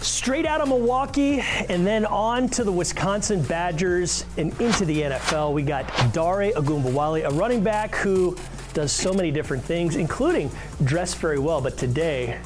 Straight out of Milwaukee and then on to the Wisconsin Badgers and into the NFL. We got Dare Agumbawale, a running back who does so many different things, including dress very well. But today,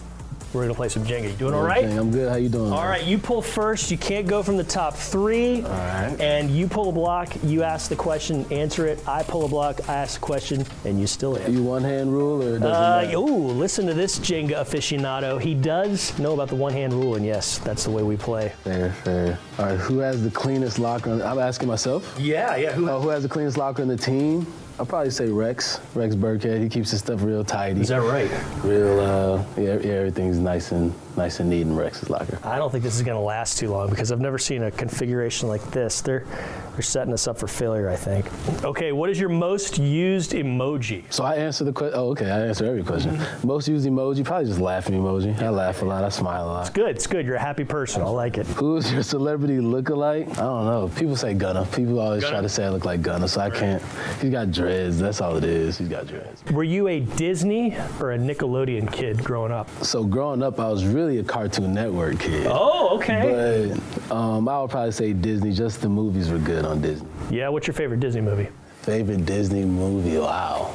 we're going to play some Jenga. You doing all right? Okay, I'm good. How you doing? All right, you pull first. You can't go from the top three. All right. And you pull a block. You ask the question, answer it. I pull a block. I ask the question, and you still answer. You one hand rule or it doesn't Uh, matter? ooh, listen to this Jenga aficionado. He does know about the one hand rule, and yes, that's the way we play. Fair, fair. All right, who has the cleanest locker? On, I'm asking myself. Yeah, yeah. Who Uh, who has the cleanest locker in the team? I'll probably say Rex. Rex Burkhead. He keeps his stuff real tidy. is that right? real, uh, yeah, yeah, everything's nice and nice and neat in Rex's locker. I don't think this is going to last too long because I've never seen a configuration like this. They're they're setting us up for failure, I think. Okay, what is your most used emoji? So I answer the question. Oh, okay. I answer every question. Mm-hmm. Most used emoji, probably just laughing emoji. I laugh a lot. I smile a lot. Good, it's good. You're a happy person. I like it. Who's your celebrity lookalike? I don't know. People say Gunna. People always try Gunna? to say I look like Gunna, so I can't. He's got dreads. That's all it is. He's got dreads. Were you a Disney or a Nickelodeon kid growing up? So growing up, I was really a Cartoon Network kid. Oh, okay. But um, I would probably say Disney. Just the movies were good on Disney. yeah, what's your favorite Disney movie? Favorite Disney movie? Wow.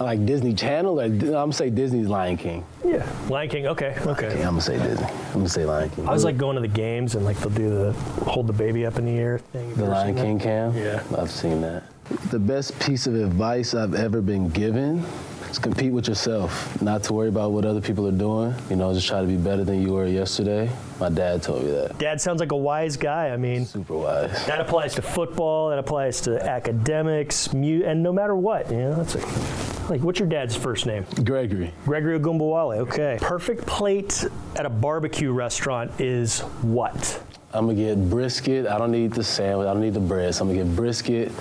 I like Disney Channel. Or I'm gonna say Disney's Lion King. Yeah. Lion King. Okay. Okay. Yeah, I'm gonna say Disney. I'm gonna say Lion King. I was like going to the games and like they'll do the hold the baby up in the air thing. the Lion King cam. Yeah. I've seen that. The best piece of advice I've ever been given is compete with yourself, not to worry about what other people are doing. You know, just try to be better than you were yesterday. My dad told me that. Dad sounds like a wise guy. I mean, Super wise. that applies to football. That applies to academics. Mu- and no matter what, you know, that's a, like what's your dad's first name? Gregory. Gregory Ogumbawale. Okay. Perfect plate at a barbecue restaurant is what? I'm gonna get brisket. I don't need the sandwich. I don't need the bread. So I'm gonna get brisket,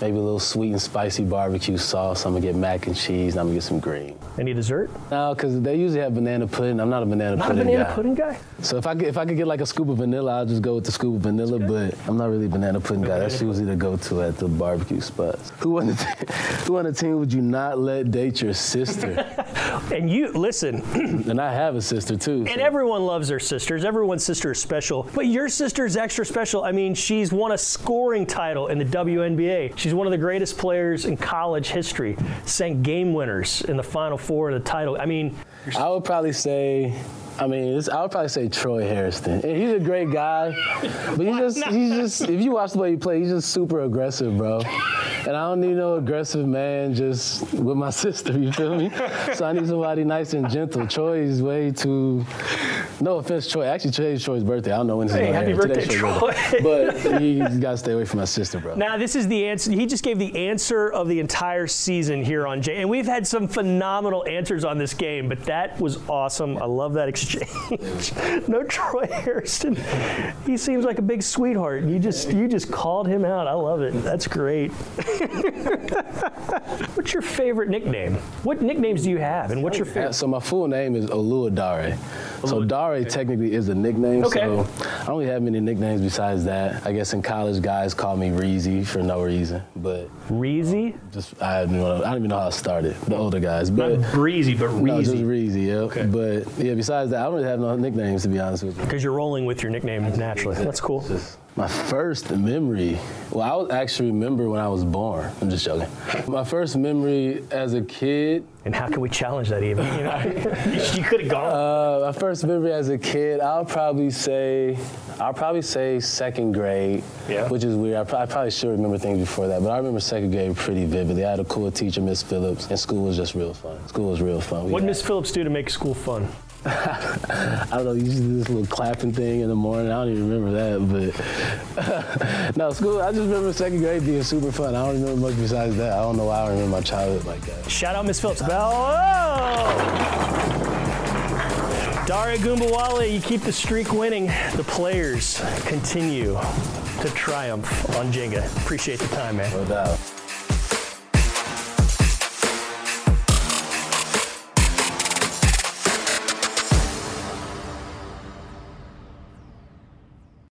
maybe a little sweet and spicy barbecue sauce. I'm gonna get mac and cheese. And I'm gonna get some green. Any dessert? No, because they usually have banana pudding. I'm not a banana Not a pudding banana guy. pudding guy. So if I could, if I could get like a scoop of vanilla, I'll just go with the scoop of vanilla. But I'm not really a banana pudding guy. That's usually the go-to at the barbecue spots. Who on the te- who on the team would you not let date your sister? And you listen. and I have a sister too. And so- everyone loves their sisters. Everyone's sister is special. But your sister is extra special. I mean, she's won a scoring title in the WNBA. She's one of the greatest players in college history. Sent game winners in the Final Four in the title. I mean, I would probably say, I mean, it's, I would probably say Troy Harrison. And he's a great guy, but he just, he's just, if you watch the way he plays, he's just super aggressive, bro. And I don't need no aggressive man just with my sister, you feel me? So I need somebody nice and gentle. Troy is way too, no offense, Troy. Actually, today's Troy's birthday. I don't know when this Hey, is going happy Today's birthday, Troy's But you got to stay away from my sister, bro. now this is the answer. He just gave the answer of the entire season here on Jay. And we've had some phenomenal answers on this game, but that was awesome. I love that exchange. no Troy Harrison. He seems like a big sweetheart. You just you just called him out. I love it. That's great. what's your favorite nickname? What nicknames do you have? And what's your Yeah, favorite? Uh, so my full name is Oluwadare. So Dare technically is a nickname. Okay. So I don't really have many nicknames besides that. I guess in college guys call me Reezy for no reason, but Reezy? just I don't, know, I don't even know how I started. The older guys, but Not breezy, but no, just Reezy. Reezy. Yeah. But yeah, besides that, I don't really have no nicknames to be honest with you. Because you're rolling with your nickname naturally. That's cool. Just my first memory. Well, I would actually remember when I was born. I'm just joking. My first memory as a kid And how can we challenge that even? You, know? you could have gone. Uh, my first memory as a kid, I'll probably say, I'll probably say second grade, Yeah. which is weird. I, pro- I probably should remember things before that, but I remember second grade pretty vividly. I had a cool teacher, Miss Phillips, and school was just real fun. School was real fun. We What did had- Miss Phillips do to make school fun? I don't know, you used to do this little clapping thing in the morning. I don't even remember that, but no, school. I just remember second grade being super fun. I don't remember much besides that. I don't know why I remember my childhood like that. Shout out Miss Phillips. Hello! Daria Gumbawale, you keep the streak winning. The players continue to triumph on Jenga. Appreciate the time, man. No doubt.